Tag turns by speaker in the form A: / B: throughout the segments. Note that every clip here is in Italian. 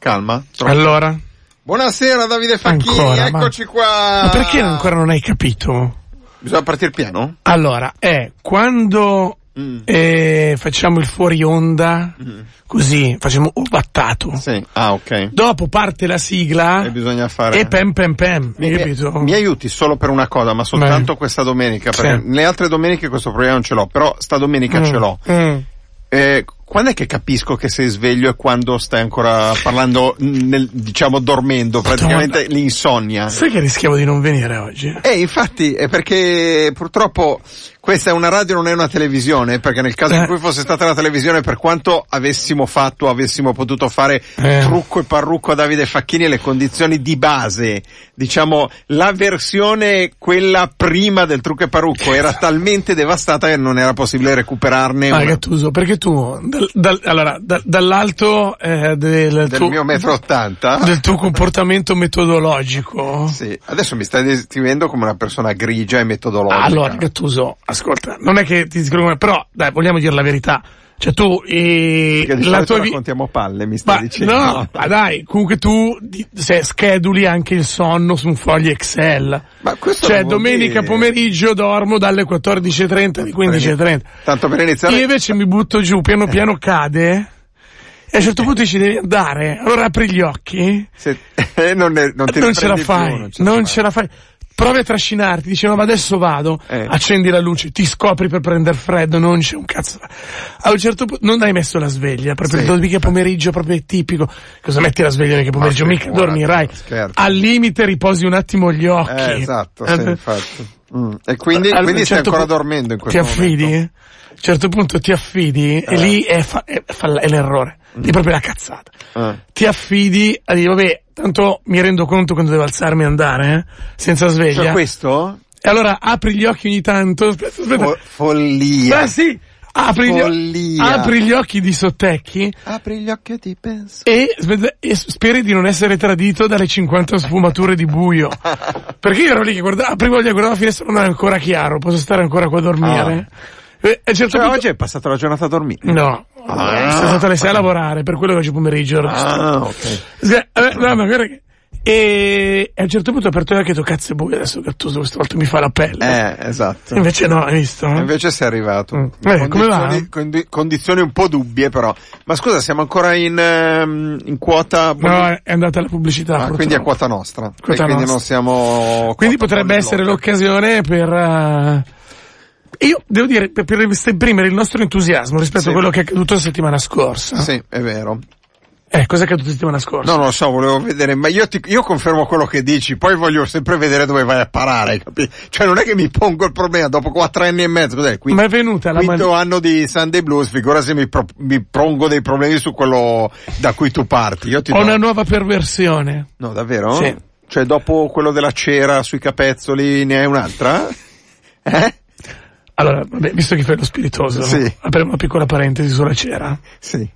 A: calma. Troppo.
B: Allora?
A: Buonasera Davide Facchini,
B: Ancora, ma-
A: eccoci qua.
B: Ma perché ancora non hai capito?
A: Bisogna partire piano?
B: Allora, è quando
A: Mm.
B: eh, facciamo il fuori onda, così, facciamo un battato.
A: Mm-hmm. Sì. Ah, ok.
B: Dopo parte la sigla
A: E bisogna fare...
B: e pem pem pem,
A: Mi,
B: hai capito?
A: mi aiuti solo per una cosa, ma soltanto
B: Beh.
A: questa domenica,
B: Sì.
A: perché le altre domeniche questo problema non ce l'ho, però sta domenica
B: Mm,
A: ce l'ho.
B: mm.
A: Eh, quando è che capisco che sei sveglio e quando stai ancora parlando, nel- diciamo, dormendo, praticamente l'insonnia?
B: Sai che rischiavo di non venire oggi?
A: Eh, infatti, è perché purtroppo questa è una radio, non è una televisione, perché nel caso in
B: Eh.
A: cui fosse stata la televisione, per quanto avessimo fatto, avessimo potuto fare
B: Eh.
A: trucco e parrucco a Davide Facchini, le condizioni di base, diciamo, la versione, quella prima del trucco e parrucco, era talmente devastata che non era possibile recuperarne
B: Ah,
A: una-
B: Gattuso, perché tu, dal- dal- allora, da- dall'alto eh, del,
A: del
B: tuo,
A: mio metro ottanta.
B: del tuo comportamento metodologico,
A: Sì, adesso mi stai descrivendo come una persona grigia e metodologica.
B: Allora, Gattuso, ascolta, non è che ti dico come, però dai, vogliamo dire la verità. Cioè tu eh,
A: Perché di
B: la
A: solito
B: tua vi-
A: raccontiamo palle, mi stai
B: Ma,
A: dicendo.
B: no, ma dai, comunque tu di- se scheduli anche il sonno su un foglio Excel.
A: Ma questo
B: Cioè
A: non vuol
B: domenica
A: dire-
B: pomeriggio dormo dalle 14.30 alle 15.30.
A: Tanto per iniziare...
B: Io invece mi butto giù, piano piano cade. E a un
A: Eh.
B: certo punto dici devi andare, allora apri gli occhi,
A: Se- eh, non, ne- non ti
B: non ce la
A: riprendi
B: fai,
A: più,
B: non, ce,
A: la fai.
B: la fai. Provi a trascinarti, dici no ma adesso vado,
A: Eh.
B: accendi la luce, ti scopri per prendere freddo, non c'è un cazzo. da- A un certo punto non hai messo la sveglia, proprio
A: Sì.
B: il domenica pomeriggio, proprio è tipico. Cosa metti la sveglia domenica pomeriggio?
A: Ma
B: Mica
A: figurati,
B: dormirai.
A: scherzo.
B: Al limite riposi un attimo gli occhi.
A: Eh, esatto, sì,
B: Eh,
A: infatti. Mm. E quindi,
B: al-
A: quindi
B: un
A: stai
B: certo
A: ancora
B: pu-
A: dormendo in
B: Ti
A: questo
B: affidi?
A: momento.
B: A un certo punto ti affidi e lì è, fa- è- fa- è l'errore,
A: Mm.
B: è proprio la cazzata.
A: Eh.
B: Ti affidi a dire, vabbè, tanto mi rendo conto quando devo alzarmi e andare, eh, senza sveglia.
A: Cioè questo?
B: E allora apri gli occhi ogni tanto. Aspetta, aspetta.
A: Fo- follia.
B: Ma sì, apri gli, o-
A: Follia.
B: apri gli occhi di sottecchi
A: Apri gli occhi e ti penso.
B: e, aspetta, e speri di non essere tradito dalle 50 sfumature di buio. Perché io ero lì che guardavo, aprivo gli occhi, guardavo la finestra, non era ancora chiaro, posso stare ancora qua a dormire. E a un certo
A: Cioè,
B: punto-
A: oggi è passata la giornata a dormire.
B: No,
A: Ah.
B: sono stato alle 6 a lavorare, per quello che oggi pomeriggio ero
A: Ah, ok.
B: sì, eh, no, ma guarda che- E a un certo punto ho aperto gli occhi e ho detto cazzo è buio adesso Gattuso questa volta mi fa la pelle.
A: Eh, esatto.
B: Invece no, hai visto?
A: E Invece sei arrivato.
B: Mm. Eh,
A: Condizioni-
B: come va?
A: condi- condizioni un po' dubbie, però. Ma scusa, siamo ancora in, ehm, in quota.
B: No, è andata la pubblicità.
A: Ah,
B: purtroppo.
A: quindi è quota nostra. E
B: Quota
A: quindi
B: nostra.
A: non siamo.
B: Quindi
A: quota
B: potrebbe
A: polilocca.
B: essere l'occasione per... eh, Io devo dire, per, per esprimere il nostro entusiasmo rispetto
A: Sì.
B: a quello che è accaduto la settimana scorsa.
A: Sì, è vero.
B: Eh, cosa è accaduto la settimana scorsa?
A: No, non lo so, volevo vedere, ma io, ti, io confermo quello che dici, poi voglio sempre vedere dove vai a parare, capi? Cioè non è che mi pongo il problema, dopo quattro anni e mezzo, cos'è? Quinto,
B: ma è venuta la
A: quinto
B: man-
A: anno di Sunday Blues, figura se mi, pro- mi pongo dei problemi su quello da cui tu parti. Io ti
B: Ho
A: do-
B: una nuova perversione.
A: No, davvero?
B: Sì.
A: Cioè dopo quello della cera sui capezzoli ne hai un'altra? Eh?
B: Allora, vabbè, visto che fai lo spiritoso,
A: Sì.
B: apriamo una piccola parentesi sulla cera.
A: Sì.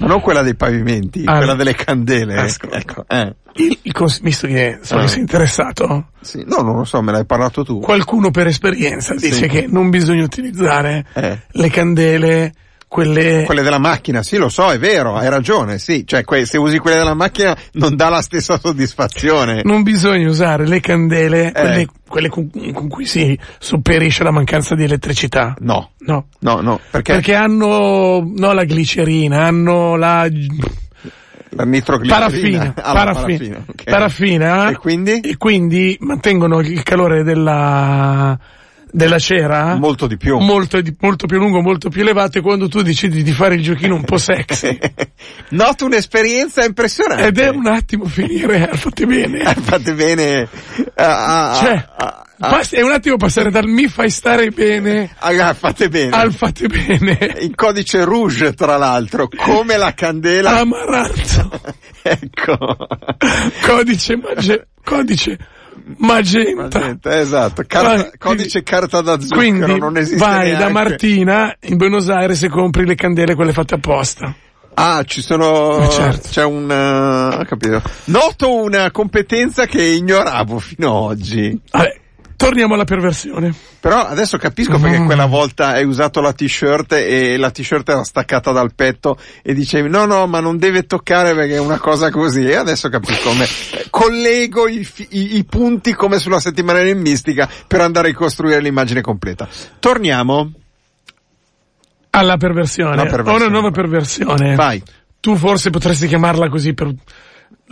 A: Ma non quella dei pavimenti,
B: Ah,
A: quella
B: no.
A: delle candele.
B: Ascolta.
A: Ecco. Eh.
B: Il, il cons- visto che so
A: Ah.
B: che sei interessato,
A: Sì. No, non lo so, me l'hai parlato tu.
B: qualcuno per esperienza dice
A: Sì.
B: che non bisogna utilizzare
A: Eh.
B: le candele, quelle...
A: quelle della macchina, sì, lo so, è vero, hai ragione, sì, cioè que- se usi quelle della macchina non dà la stessa soddisfazione.
B: Non bisogna usare le candele,
A: Eh.
B: quelle, quelle con, con cui si sopperisce la mancanza di elettricità.
A: No,
B: No.
A: no, no, perché,
B: Perché hanno no, la glicerina, hanno la
A: la nitroglicerina
B: paraffina,
A: Ah, la
B: paraffina,
A: paraffina, ok.
B: paraffina, eh?
A: E quindi
B: e quindi mantengono il calore della, della cera
A: molto di più.
B: molto, di- molto più lungo, molto più elevato e quando tu decidi di fare il giochino un po' sexy
A: Noto un'esperienza impressionante.
B: ed è un attimo finire, eh, fate
A: Eh,
B: bene.
A: Fate bene a, a-
B: Cioè,
A: a- a-
B: pas- è un attimo passare dal mi fai stare bene
A: a- a- fate bene.
B: al fate bene.
A: in codice rouge, tra l'altro, come la
B: Ah.
A: candela.
B: Amaranto,
A: ecco.
B: codice, mage- codice magenta.
A: Gente, esatto, carta-
B: Vai,
A: codice
B: quindi-
A: carta da zucchero
B: Quindi
A: non esiste
B: vai da
A: neanche.
B: Martina in Buenos Aires e compri le candele quelle fatte apposta.
A: Ah, ci sono.
B: Ma certo.
A: C'è un. eh, ho capito. Noto una competenza che ignoravo fino ad oggi.
B: Vabbè, Torniamo alla perversione.
A: Però adesso capisco perché
B: Mm.
A: quella volta hai usato la t-shirt e la t-shirt era staccata dal petto e dicevi no no ma non deve toccare perché è una cosa così e adesso capisco come eh, collego i, fi- i- i punti come sulla settimana enigmistica per andare a ricostruire l'immagine completa. Torniamo.
B: Alla perversione.
A: Alla perversione.
B: Ho una nuova perversione.
A: Vai.
B: Tu forse potresti chiamarla così per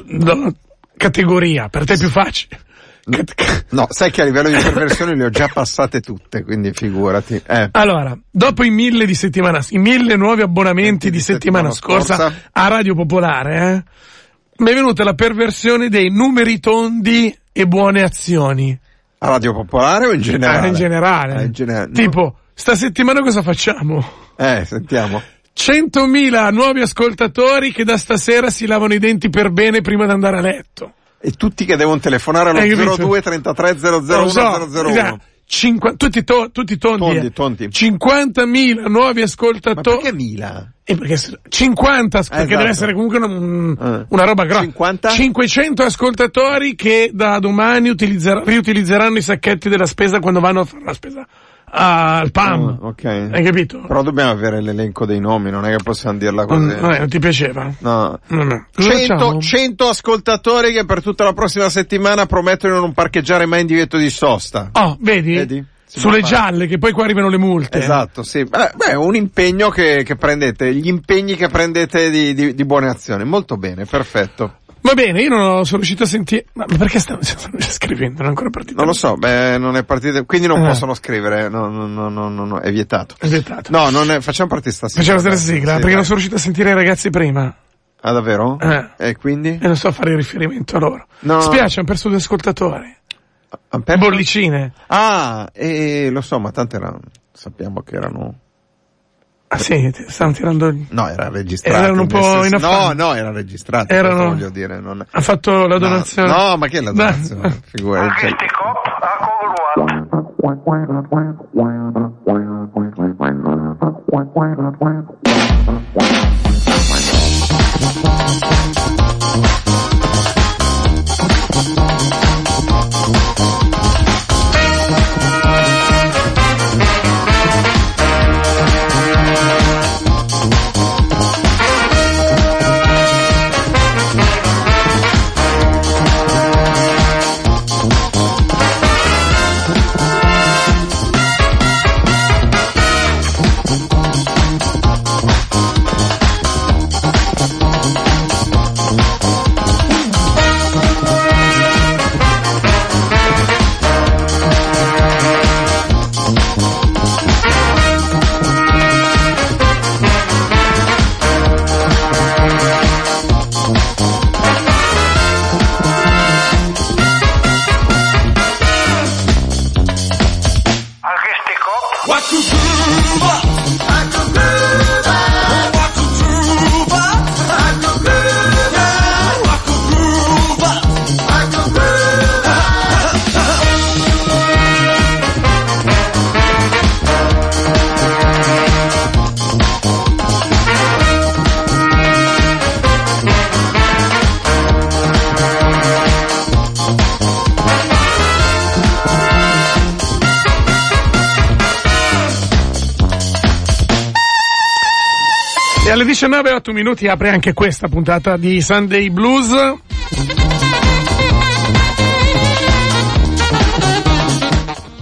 B: no, categoria, per te è più facile. Cat-
A: No, sai che a livello di perversione le ho già passate tutte, quindi figurati. Eh.
B: Allora, dopo i mille di settimana, i mille nuovi abbonamenti di settimana, scorsa,
A: scorsa.
B: a Radio Popolare, eh, mi è venuta la perversione dei numeri tondi e buone azioni.
A: A Radio Popolare o in generale?
B: Ah, in generale.
A: Ah, in generale. No.
B: Tipo, sta settimana cosa facciamo?
A: Eh, sentiamo.
B: 100.000 nuovi ascoltatori che da stasera si lavano i denti per bene prima di andare a letto.
A: E tutti che devono telefonare allo
B: Hai Eh, capito? Esatto.
A: 02 33
B: Lo
A: 001
B: so, già,
A: 001.
B: cinqua- tutti, to- tutti tondi,
A: Tondi,
B: eh.
A: tondi.
B: 50.000 nuovi
A: Ma
B: ascoltatori.
A: perché Mila?
B: Eh, perché se- 50, perché
A: esatto.
B: deve essere comunque una, un-
A: Eh.
B: una roba grossa.
A: 50?
B: 500 ascoltatori che da domani utilizzer- riutilizzeranno i sacchetti della spesa quando vanno a fare la spesa al PAM.
A: Ah, ok.
B: Hai capito?
A: Però dobbiamo avere l'elenco dei nomi, non è che possiamo dirla
B: non,
A: così.
B: eh, non ti piaceva?
A: No.
B: No, no. Cosa
A: 100,
B: facciamo?
A: 100 ascoltatori che per tutta la prossima settimana promettono di non parcheggiare mai in divieto di sosta.
B: Oh, vedi?
A: Vedi? Si
B: Sulle
A: può fare.
B: gialle, che poi qua arrivano le multe.
A: Esatto, sì. Beh, beh, è un impegno che, che prendete, gli impegni che prendete di, di- di buone azioni. Molto bene, perfetto.
B: Va bene, io non ho- sono riuscito a sentire. Ma perché stanno, stanno già scrivendo? Non è ancora partito.
A: Non lo so, beh, non è partita, quindi non
B: Eh.
A: possono scrivere, no, no, no, no, no, no, è vietato.
B: È vietato.
A: No, non è, facciamo partire stasera.
B: Facciamo la stessa sigla,
A: Sì,
B: perché
A: dai.
B: non sono riuscito a sentire i ragazzi prima.
A: Ah, davvero?
B: Eh.
A: E quindi?
B: E non so fare riferimento a loro.
A: No.
B: Spiace, hanno perso due ascoltatori.
A: Han perso?
B: Bollicine.
A: Ah, eh, lo so, ma tanto erano, sappiamo che erano...
B: Ah sì, ti- stanno tirando. il-
A: No, era registrato.
B: Erano un po' in
A: No,
B: affanno.
A: no, era registrato.
B: Erano-
A: questo voglio dire, non...
B: Ha fatto la donazione.
A: No, no, ma che è la donazione? Figurati. cioè-
C: Questi cop a Cogluat. A questi cop
B: E alle 19 e 8 minuti apre anche questa puntata di Sunday Blues.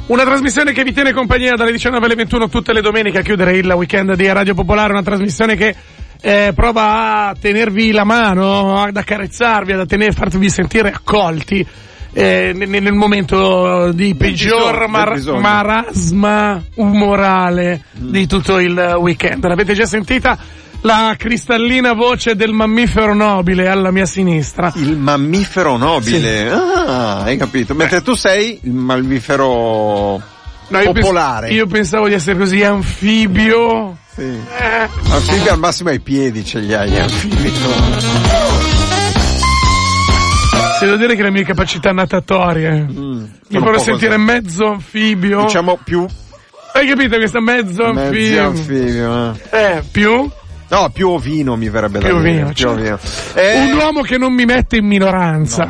B: Una trasmissione che vi tiene compagnia dalle 19 alle 21 tutte le domeniche a chiudere il weekend di Radio Popolare, una trasmissione che eh, prova a tenervi la mano, ad accarezzarvi, ad attenere- farvi sentire accolti eh, nel, nel momento di
A: bisogno,
B: peggior
A: del
B: mar-
A: bisogno. Mm.
B: mar- marasma umorale di tutto il weekend. L'avete già sentita? La cristallina voce del mammifero nobile alla mia sinistra.
A: Il mammifero nobile. Ah, hai capito. Mentre tu sei il mammifero
B: No, io pens-
A: popolare.
B: io pensavo di essere così anfibio.
A: Sì.
B: Eh,
A: Anfibi al massimo ai piedi ce li hai, eh. anfibi.
B: se devo dire che le mie capacità natatorie
A: Mm,
B: mi
A: un po'
B: fanno sentire
A: così.
B: mezzo anfibio.
A: Diciamo più
B: Hai capito che sta mezzo
A: mezzi
B: anfibio?
A: anfibio. eh.
B: Eh, più?
A: No, più ovino mi verrebbe da
B: Più
A: dire.
B: ovino,
A: più
B: cioè.
A: ovino. Eh,
B: Un uomo che non mi mette in minoranza.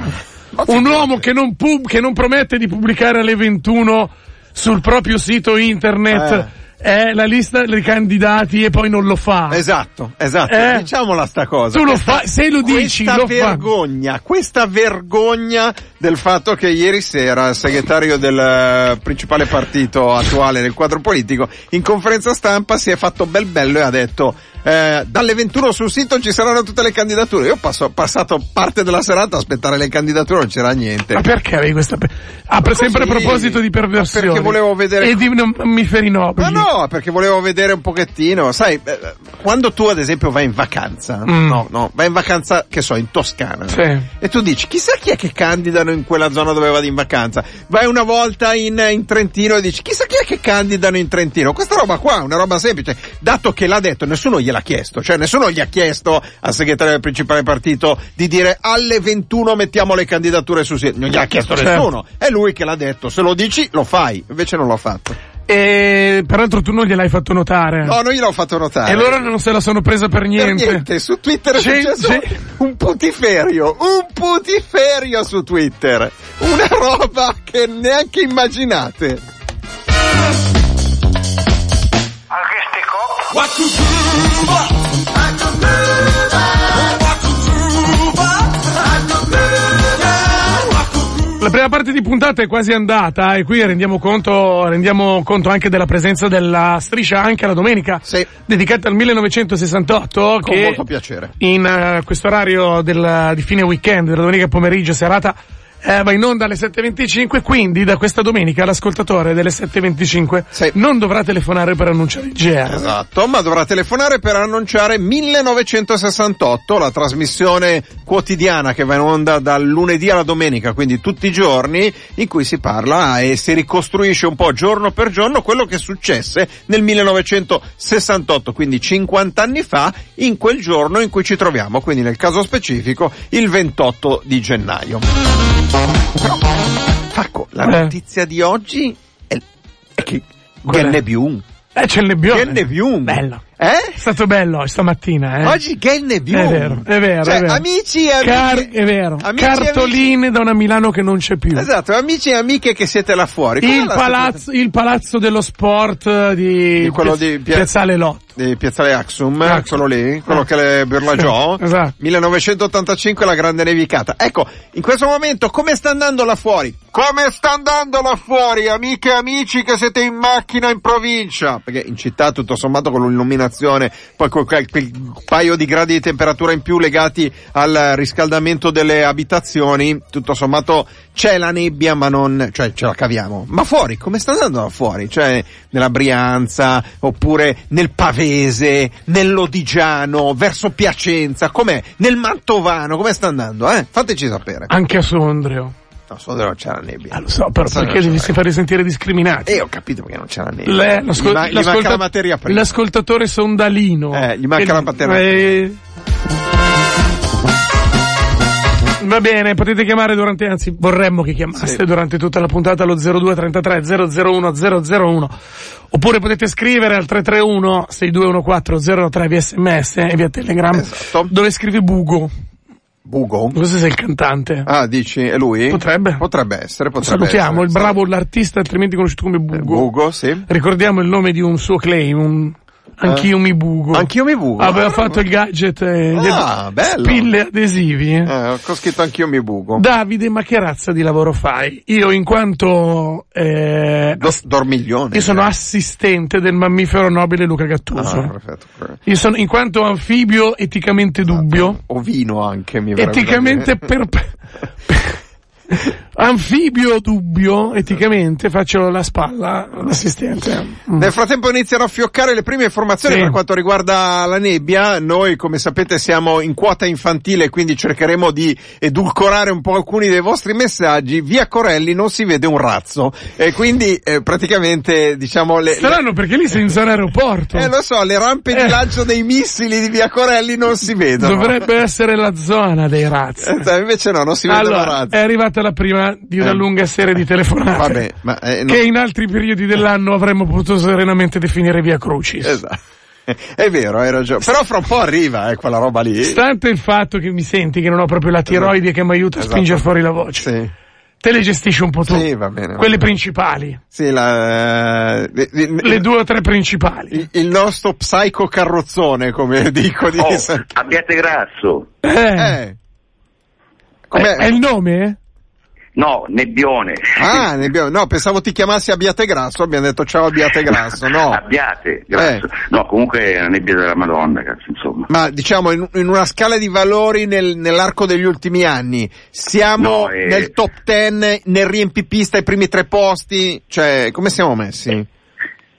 B: un uomo che non, pub- che non promette di pubblicare alle 21 sul proprio sito internet eh, la lista dei candidati e poi non lo fa.
A: Esatto, esatto.
B: Eh.
A: Diciamola sta cosa.
B: Tu lo
A: Questa-
B: fa- se lo dici,
A: questa
B: lo fa.
A: vergogna, questa vergogna del fatto che ieri sera il segretario del eh, principale partito attuale nel quadro politico in conferenza stampa si è fatto bel bello e ha detto eh, dalle 21 sul sito ci saranno tutte le candidature. Io passo- ho passato parte della serata a aspettare le candidature, non c'era niente.
B: Ma perché avevi questa... pe- Ah, per
A: Così.
B: sempre a proposito di perversione.
A: Perché volevo vedere-
B: E di non mi
A: Ma
B: ferinobili.
A: no, perché volevo vedere un pochettino, sai, eh, quando tu ad esempio vai in vacanza,
B: Mm.
A: no, no, vai in vacanza, che so, in Toscana,
B: Sì.
A: e tu dici, chissà chi è che candidano in quella zona dove vado in vacanza, vai una volta in, in Trentino e dici, chissà chi è che candidano in Trentino, questa roba qua è una roba semplice, dato che l'ha detto, nessuno gliel'ha chiesto, cioè nessuno gli ha chiesto al segretario del principale partito di dire alle 21 mettiamo le candidature su sito, non gli ha chiesto
B: Certo.
A: nessuno, è lui che l'ha detto, se lo dici lo fai, invece non l'ho fatto.
B: E peraltro tu non gliel'hai fatto notare.
A: No, non gliel'ho fatto notare.
B: e loro non se la sono presa per
A: Per
B: niente.
A: niente, su Twitter è
B: C'è-
A: successo
B: c'è-
A: un putiferio, un putiferio su Twitter, una roba che neanche immaginate.
C: Anche cop.
B: La prima parte di puntata è quasi andata e qui rendiamo conto, rendiamo conto anche della presenza della striscia anche la domenica
A: Sì.
B: dedicata al 1968
A: Con
B: che
A: molto piacere.
B: in eh, questo orario del- di fine weekend, della domenica pomeriggio, serata, eh, va in onda alle 7.25, quindi da questa domenica l'ascoltatore delle 7.25
A: Sì.
B: non dovrà telefonare per annunciare il GR.
A: Esatto, ma dovrà telefonare per annunciare 1968, la trasmissione quotidiana che va in onda dal lunedì alla domenica, quindi tutti i giorni, in cui si parla e si ricostruisce un po' giorno per giorno quello che successe nel 1968, quindi 50 anni fa, in quel giorno in cui ci troviamo, quindi nel caso specifico il 28 di gennaio. Però, Facco, la
B: Eh.
A: notizia di oggi è, è che
B: Qual è?
A: Genne Biun.
B: Eh, c'è il nebbione.
A: Genne Biun.
B: Bello.
A: Eh?
B: È stato bello oggi stamattina, eh.
A: Oggi Genne Biun.
B: È vero, è vero,
A: Cioè,
B: è vero.
A: Amici e amiche.
B: Car- è vero.
A: Amici e
B: Cartoline da una Milano che non c'è più.
A: amiche- esatto, amici e amiche che siete là fuori. Com'è
B: Il
A: la
B: palazzo, il palazzo dello sport eh, di,
A: Di quello
B: Piaz-
A: di Pia-
B: Piazzale Lotto.
A: situazione Di Piazzale Axum,
B: Axum.
A: quello lì, quello che le Berlagiò.
B: Esatto. Sì, esatto.
A: 1985 la grande nevicata. Ecco, in questo momento come sta andando là fuori? Come sta andando là fuori, amiche e amici che siete in macchina in provincia? Perché in città tutto sommato con l'illuminazione, poi con quel, quel paio di gradi di temperatura in più legati al riscaldamento delle abitazioni, tutto sommato c'è la nebbia ma non, cioè ce la caviamo. Ma fuori, come sta andando là fuori? Cioè nella Brianza, oppure nel Pavese, nell'Odigiano, verso Piacenza, com'è? Nel Mantovano, come sta andando? Eh? Fateci sapere.
B: Anche a Sondrio.
A: Non so dove non c'è la nebbia.
B: Ah, lo so, però
A: Non so dove
B: perché
A: c'è
B: devi
A: la nebbia.
B: fare sentire discriminati.
A: Eh, ho capito perché non c'è la nebbia.
B: Le- l'ascol-
A: gli, ma- gli manca
B: l'ascolta-
A: la materia prima.
B: L'ascoltatore sondalino.
A: Eh, gli manca
B: Che-
A: la materia
B: eh, Va bene, potete chiamare durante, anzi vorremmo che chiamaste
A: Sì.
B: durante tutta la puntata allo 02 33 001 001 oppure potete scrivere al 331 6214 03 via sms e via telegram
A: Esatto.
B: dove scrivi Bugo,
A: Bugo?
B: questo sei il cantante.
A: Ah, dici, è lui?
B: Potrebbe.
A: Potrebbe essere, potrebbe
B: Salutiamo
A: essere.
B: il bravo l'artista altrimenti conosciuto come
A: Eh,
B: Bugo.
A: Bugo, sì.
B: Ricordiamo il nome di un suo claim, un Anch'io mi bugo.
A: Eh, Anch'io mi bugo.
B: Aveva
A: Ah,
B: fatto il gadget eh,
A: Ah,
B: del-
A: bello.
B: spille adesivi. eh.
A: Eh, ho scritto anch'io mi bugo.
B: Davide, ma che razza di lavoro fai? Io in quanto eh,
A: Do- dormiglione.
B: io sono
A: eh.
B: assistente del mammifero nobile Luca Gattuso.
A: Ah, perfetto.
B: io sono in quanto anfibio eticamente
A: Ah,
B: dubbio,
A: Ovino anche, mi verrebbe da
B: eticamente
A: dire.
B: per anfibio dubbio, eticamente faccio la spalla all'assistente. Mm.
A: Nel frattempo iniziano a fioccare le prime informazioni
B: Sì.
A: per quanto riguarda la nebbia. Noi, come sapete, siamo in quota infantile, quindi cercheremo di edulcorare un po' alcuni dei vostri messaggi. Via Corelli non si vede un razzo. E quindi, eh, praticamente, diciamo, le, le-
B: Strano perché lì sei in zona aeroporto.
A: eh, lo so, le rampe
B: Eh.
A: di lancio dei missili di Via Corelli non si vedono.
B: Dovrebbe essere la zona dei razzi.
A: Eh, invece no, non si vedono
B: Allora, eh,
A: razzi.
B: è arrivata la prima di una
A: Eh.
B: lunga serie di telefonate.
A: Vabbè, ma eh, no.
B: Che in altri periodi dell'anno avremmo potuto serenamente definire via Crucis.
A: Esatto. È vero, hai ragione. Però fra un po' arriva eh, quella roba lì.
B: Stante il fatto che mi senti che non ho proprio la tiroide che mi aiuta a
A: Esatto.
B: spingere fuori la voce,
A: Sì.
B: te le gestisci un po' tu.
A: Sì, va bene, va
B: Quelle
A: bene.
B: principali,
A: Sì, la, eh, il,
B: le due o tre principali.
A: il- il nostro psico carrozzone, come dico di
D: Oh,
A: San-
D: abbiate grasso.
B: Eh,
A: Eh.
B: è,
A: Com'è?
B: è il nome?
D: No, nebbione.
A: Ah, ne abbiamo- no, pensavo ti chiamassi Abbiate Grasso, abbiamo detto ciao Abbiate Grasso, no.
D: Abbiate grasso.
A: Eh.
D: No, comunque è una nebbia della Madonna, cazzo, insomma.
A: Ma diciamo in, in una scala di valori nel- nell'arco degli ultimi anni, siamo
D: No, eh.
A: nel top ten, nel riempipista ai primi tre posti, cioè come siamo messi?
D: E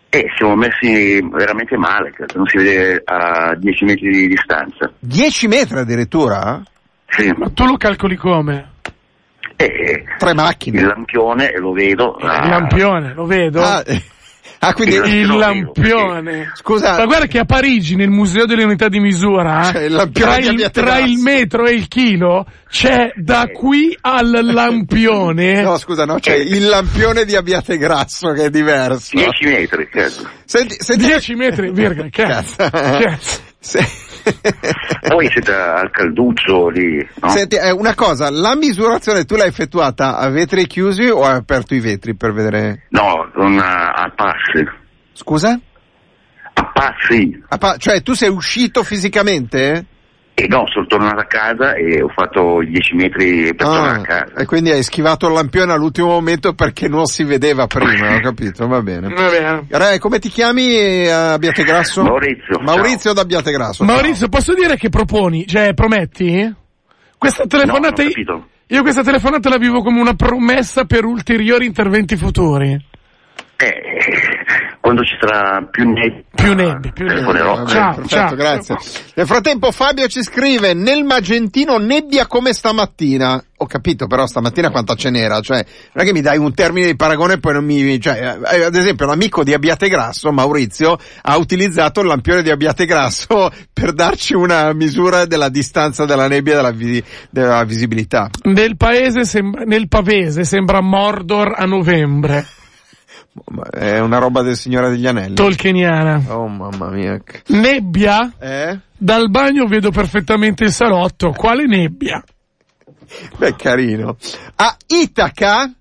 D: Eh, siamo messi veramente male, cazzo. non si vede a 10 metri di distanza.
A: 10 metri addirittura?
D: Sì.
B: Ma tu lo calcoli come?
D: E
A: Tre
D: il
A: macchine.
D: lampione, lo vedo. ah,
B: Il lampione, lo vedo.
A: Ah, ah, quindi
D: Il-
B: il
D: lo vedo,
B: lampione.
A: Scusa.
B: Ma guarda che a Parigi, nel museo delle unità di misura,
A: C'è il lampione
B: tra,
A: di
B: il,
A: Abbiate
B: tra
A: Grasso.
B: il metro e il chilo, c'è da qui al lampione.
A: No, scusa, no, c'è il lampione di Abbiate Grasso che è diverso.
D: 10 metri, cazzo.
A: Senti, senti
B: 10 metri, virgola, cazzo. cazzo.
A: Se-
D: Poi siete al calduccio lì, Oh, no?
A: Senti, eh, una cosa, la misurazione tu l'hai effettuata a vetri chiusi o hai aperto i vetri per vedere?
D: No, con, ah, a passi.
A: Scusa?
D: A passi.
A: A pa- cioè tu sei uscito fisicamente?
D: E no, sono tornato a casa e ho fatto 10 metri
B: Ah,
D: per tornare a casa.
A: Ah,
B: ecco.
A: e quindi hai schivato il lampione all'ultimo momento perché non si vedeva prima, ho capito, va bene.
B: Va bene.
A: Re, come ti chiami eh, a Biategrasso?
D: Maurizio,
A: Maurizio da Biategrasso.
B: Maurizio, posso dire che proponi, cioè prometti? Questa telefonata
D: No, non ho
B: io,
D: capito.
B: io questa telefonata la vivo come una promessa per ulteriori interventi futuri.
D: Eh, quando ci sarà più nebbia, eh,
B: Più nebbia, più nebbia.
D: telefonerò.
A: Vabbè,
B: Ciao,
A: perfetto,
B: ciao.
A: grazie. Nel frattempo Fabio ci scrive nel Magentino nebbia come stamattina. Ho capito però stamattina quanta ce n'era, cioè non è che mi dai un termine di paragone e poi non mi cioè eh, ad esempio l'amico di Abbiate Grasso, Maurizio, ha utilizzato il lampione di Abbiate Grasso per darci una misura della distanza della nebbia e della, vi- della visibilità.
B: Nel paese sembra, nel pavese sembra Mordor a novembre.
A: Ma È una roba del Signore degli Anelli.
B: Tolkieniana.
A: Oh mamma mia.
B: Nebbia?
A: Eh?
B: Dal bagno vedo perfettamente il salotto. Quale nebbia?
A: Beh, carino. A Itaca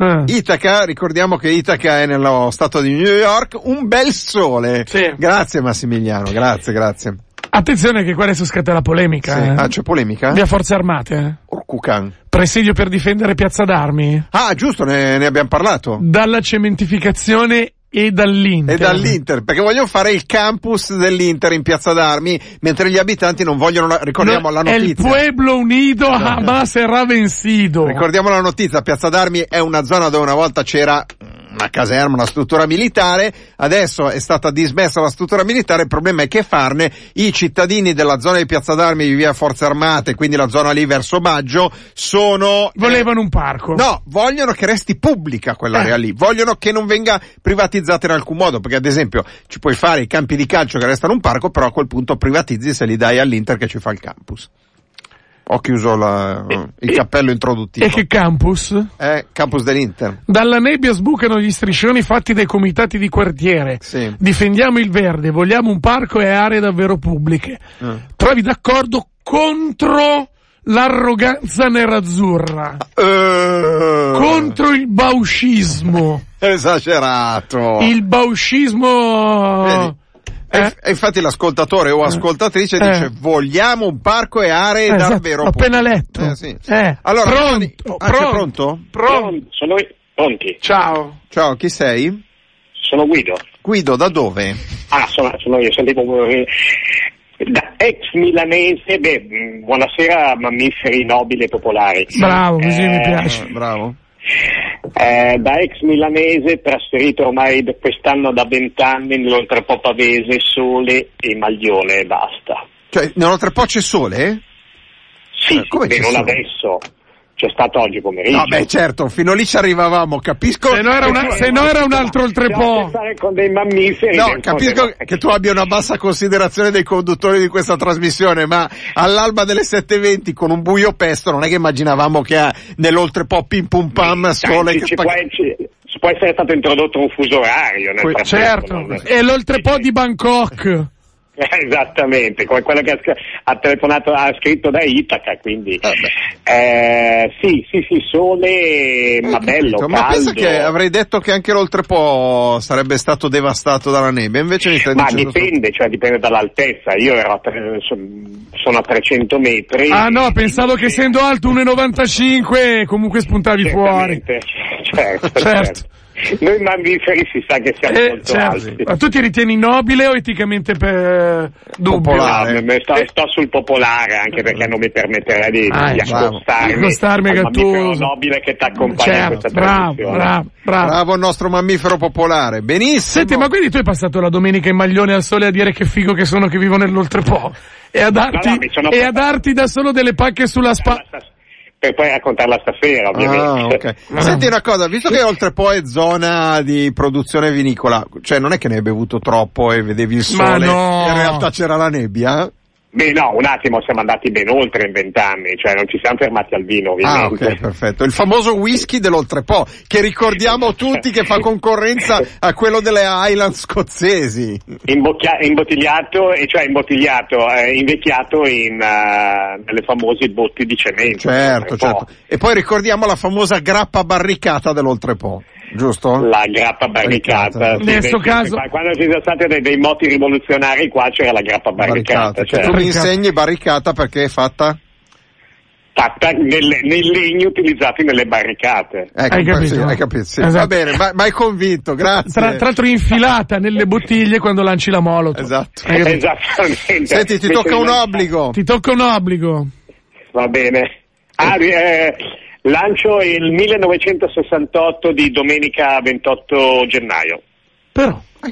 B: Ah.
A: Itaca, ricordiamo che Itaca è nello stato di New York, un bel sole.
B: Sì.
A: Grazie Massimiliano, grazie, grazie.
B: Attenzione che qua adesso scatta la polemica.
A: Sì.
B: eh.
A: Ah, c'è polemica?
B: Via forze armate. eh.
A: Urcucan.
B: Presidio per difendere piazza d'armi.
A: Ah, giusto, ne, ne abbiamo parlato.
B: Dalla cementificazione e dall'Inter.
A: E dall'Inter, perché vogliono fare il campus dell'Inter in Piazza d'Armi, mentre gli abitanti non vogliono, la- ricordiamo
B: No,
A: la
B: El
A: notizia.
B: pueblo unido jamás será vencido.
A: Ricordiamo la notizia, Piazza d'Armi è una zona dove una volta c'era mm, una caserma, una struttura militare, adesso è stata dismessa la struttura militare, il problema è che farne i cittadini della zona di Piazza d'Armi di via Forze Armate, quindi la zona lì verso Maggio, sono... eh,
B: Volevano un parco.
A: No, vogliono che resti pubblica quell'area
B: Eh.
A: lì, vogliono che non venga privatizzata in alcun modo, perché ad esempio ci puoi fare i campi di calcio che restano un parco, però a quel punto privatizzi se li dai all'Inter che ci fa il campus. Ho chiuso la- il cappello introduttivo.
B: E che campus?
A: Eh, campus dell'Inter.
B: Dalla nebbia sbucano gli striscioni fatti dai comitati di quartiere.
A: Sì.
B: Difendiamo il verde, vogliamo un parco e aree davvero pubbliche. Trovi d'accordo contro l'arroganza nerazzurra,
A: Eh.
B: contro il bauscismo.
A: Esagerato.
B: Il bauscismo...
A: Vedi? E
B: Eh?
A: e infatti l'ascoltatore o ascoltatrice
B: Eh.
A: dice vogliamo un parco e aree
B: Eh, esatto,
A: davvero
B: ho appena
A: pubbliche."
B: letto.
A: Eh, sì.
B: Eh,
A: Allora,
B: pronto,
A: Giovanni- ah, c'è
B: pronto.
A: pronto?
B: Pronto?
E: Sono io- pronti,
B: Ciao.
A: Ciao, chi sei?
E: sono Guido.
A: Guido, da dove?
E: Ah, sono, sono io, sentivo eh, da ex milanese, beh, mh, buonasera mammiferi nobili e popolari.
B: Bravo, così mi
E: Eh,
B: piace.
A: Ah, bravo.
E: Eh, da ex milanese trasferito ormai da quest'anno da vent'anni nell'oltrepò pavese, sole e maglione e basta.
A: Cioè, nell'oltrepo c'è sole?
E: Sì,
A: Eh, come
E: se
A: ci
E: non
A: sono?
E: adesso, c'è stato oggi pomeriggio.
A: No, beh, certo, fino lì ci arrivavamo, capisco.
B: Se no era, una- se no era un altro
E: Dobbiamo
B: oltrepo.
E: stare con dei mammiferi.
A: No,
E: del-
A: capisco
E: eh,
A: che tu abbia una bassa considerazione dei conduttori di questa trasmissione, ma all'alba delle 7.20 con un buio pesto non è che immaginavamo che ah, eh, nell'oltrepo pim pum pam
E: Dai,
A: sole
E: ci-
A: che
E: ci
A: spacca-
E: puoi- ci- può essere stato introdotto un fuso orario nel
A: Que- Eh.
E: frattempo,
B: Certo,
E: non-
B: e l'oltrepo di Bangkok.
E: Eh, Esattamente, come quello che ha, sc- ha telefonato, ha scritto da Itaca, quindi
A: Eh
E: eh, sì, sì, sì, sole, ma
A: Ho
E: bello,
A: Eh, capito,
E: caldo.
A: ma pensa che avrei detto che anche l'oltrepo sarebbe stato devastato dalla nebbia, invece mi stai
E: Ma
A: dicendo
E: dipende, cioè dipende dall'altezza. Io ero a tre- son- sono a 300 metri.
B: Ah no, pensavo che essendo alto 1,95 comunque spuntavi fuori.
E: Certamente, Certo,
B: Certo.
E: certo. Noi mammiferi si sa che siamo
B: Eh,
E: molto
B: certo.
E: alti.
B: Ma tu ti ritieni nobile o eticamente per... eh, dubbio?
A: Popolare.
E: No, me- sto, sto sul popolare anche perché non mi permetterà di,
B: Eh. Ah,
E: di
A: bravo.
E: accostarmi
B: Di accostarmi
E: al
B: che tu-
E: mammifero nobile che ti accompagna in
B: Certo,
E: questa
B: bravo,
E: tradizione.
B: bravo, bravo.
A: Bravo il nostro mammifero popolare, benissimo.
B: Senti, ma quindi tu hai passato la domenica in maglione al sole a dire che figo che sono che vivo nell'oltrepo e a darti,
E: No, no, mi sono Eh,
B: e a
E: portato-
B: darti da solo delle pacche sulla spalla.
E: Per poi raccontarla stasera,
A: Ah,
E: ovviamente.
A: ok. Senti una cosa, visto che oltrepo è zona di produzione vinicola, cioè non è che ne hai bevuto troppo e vedevi il
B: Ma
A: sole,
B: no.
A: in realtà c'era la nebbia?
E: Beh, no, un attimo, siamo andati ben oltre in vent'anni, cioè non ci siamo fermati al vino,
A: Ah,
E: ovviamente.
A: ok, perfetto. Il famoso whisky dell'oltrepo, che ricordiamo tutti che fa concorrenza a quello delle Highland scozzesi.
E: Imbocchia- imbottigliato, e cioè imbottigliato, eh, invecchiato in, eh, nelle famose botti di cemento.
A: Certo,
E: Un po'.
A: certo. E poi ricordiamo la famosa grappa barricata dell'oltrepo, giusto?
E: La grappa barricata.
A: Barricata.
E: Sì,
B: Nel suo
E: beh,
B: caso-
E: qua- Quando ci sono stati dei, dei moti rivoluzionari qua c'era la grappa barricata.
A: Cioè,
E: cioè,
A: tu mi
B: Barricata.
A: insegni barricata perché è fatta?
E: fatta nelle- nei legni utilizzati nelle barricate.
A: Ecco,
B: Hai capito?
A: sì, hai capito, sì.
B: Esatto.
A: Va bene, ma, ma hai convinto, grazie.
B: Tra, tra l'altro infilata nelle bottiglie quando lanci la molotov.
A: Esatto.
B: Hai capito?
E: Esattamente.
A: Senti, ti
E: Mi
A: tocca
E: sono
A: un
E: immerso.
A: obbligo.
B: Ti tocca un obbligo.
E: Va bene. Ah, eh, lancio il 1968 di domenica 28 gennaio.
B: Però,
A: Hai